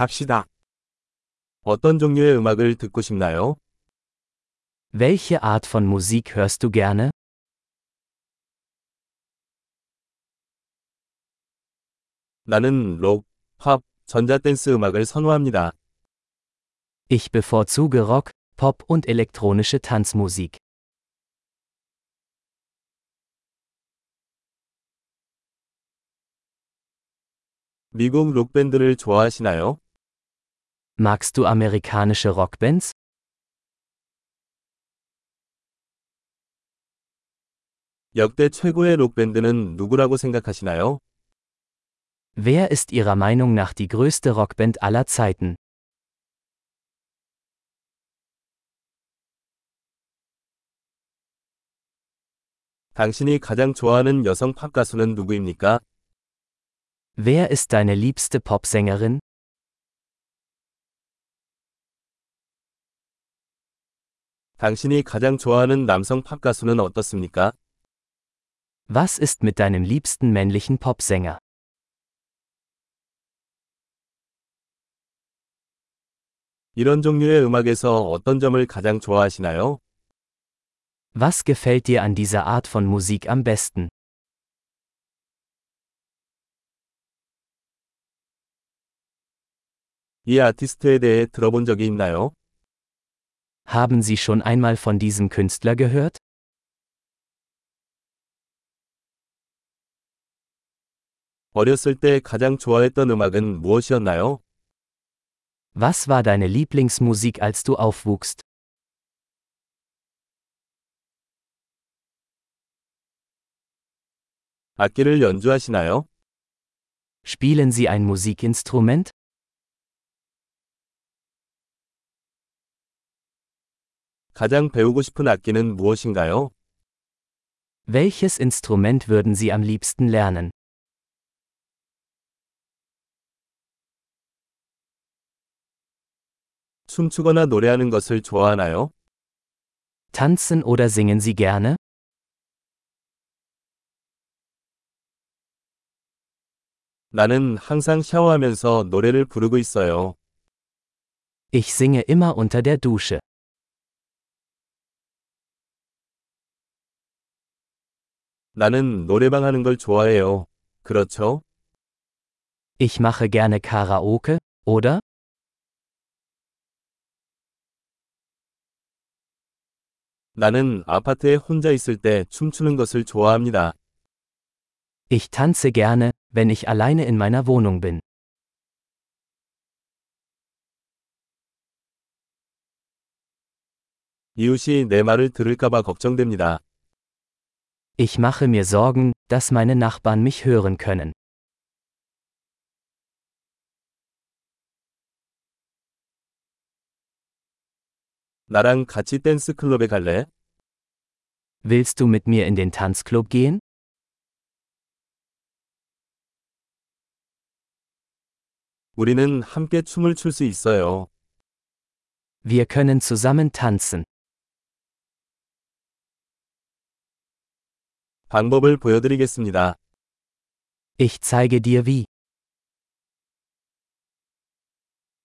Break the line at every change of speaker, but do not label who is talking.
갑시다. 어떤 종류의 음악을 듣고 싶나요?
Welche Art von Musik hörst du gerne?
나는 록, 팝, 전자댄스 음악을 선호합니다.
Ich bevorzuge Rock, Pop und elektronische Tanzmusik.
미국 록밴드를 좋아하시나요?
Magst du amerikanische Rockbands?
역대 최고의 록밴드는 누구라고 생각하시나요?
Wer ist Ihrer Meinung nach die größte Rockband aller Zeiten?
당신이 가장 좋아하는 여성 팝 가수는 누구입니까?
Wer ist deine liebste Popsängerin?
당신이 가장 좋아하는 남성 팝 가수는 어떻습니까?
Was ist mit deinem liebsten männlichen Popsänger?
이런 종류의 음악에서 어떤 점을 가장 좋아하시나요?
Was gefällt dir an dieser Art von Musik am besten?
이 아티스트에 대해 들어본 적이 있나요?
Haben Sie schon einmal von diesem Künstler gehört?
어렸을 때 가장 좋아했던 음악은 무엇이었나요?
Was war deine Lieblingsmusik, als du aufwuchst?
악기를 연주하시나요?
Spielen Sie ein Musikinstrument?
가장 배우고 싶은 악기는 무엇인가요?
Welches Instrument würden Sie am liebsten lernen?
춤추거나 노래하는 것을 좋아하나요?
Tanzen oder singen Sie gerne?
나는 항상 샤워하면서 노래를 부르고 있어요.
Ich singe immer unter der Dusche.
나는 노래방 하는 걸 좋아해요. 그렇죠?
Ich mache gerne Karaoke, oder?
나는 아파트에 혼자 있을 때 춤추는 것을 좋아합니다.
Ich tanze gerne, wenn ich alleine in meiner Wohnung bin.
이웃이 내 말을 들을까봐 걱정됩니다.
Ich mache mir Sorgen, dass meine Nachbarn mich hören können.
나랑 같이 댄스 클럽에 갈래?
Willst du mit mir in den Tanzclub gehen?
우리는 함께 춤을 출 수 있어요.
Wir können zusammen tanzen.
방법을 보여드리겠습니다.
Ich zeige dir wie.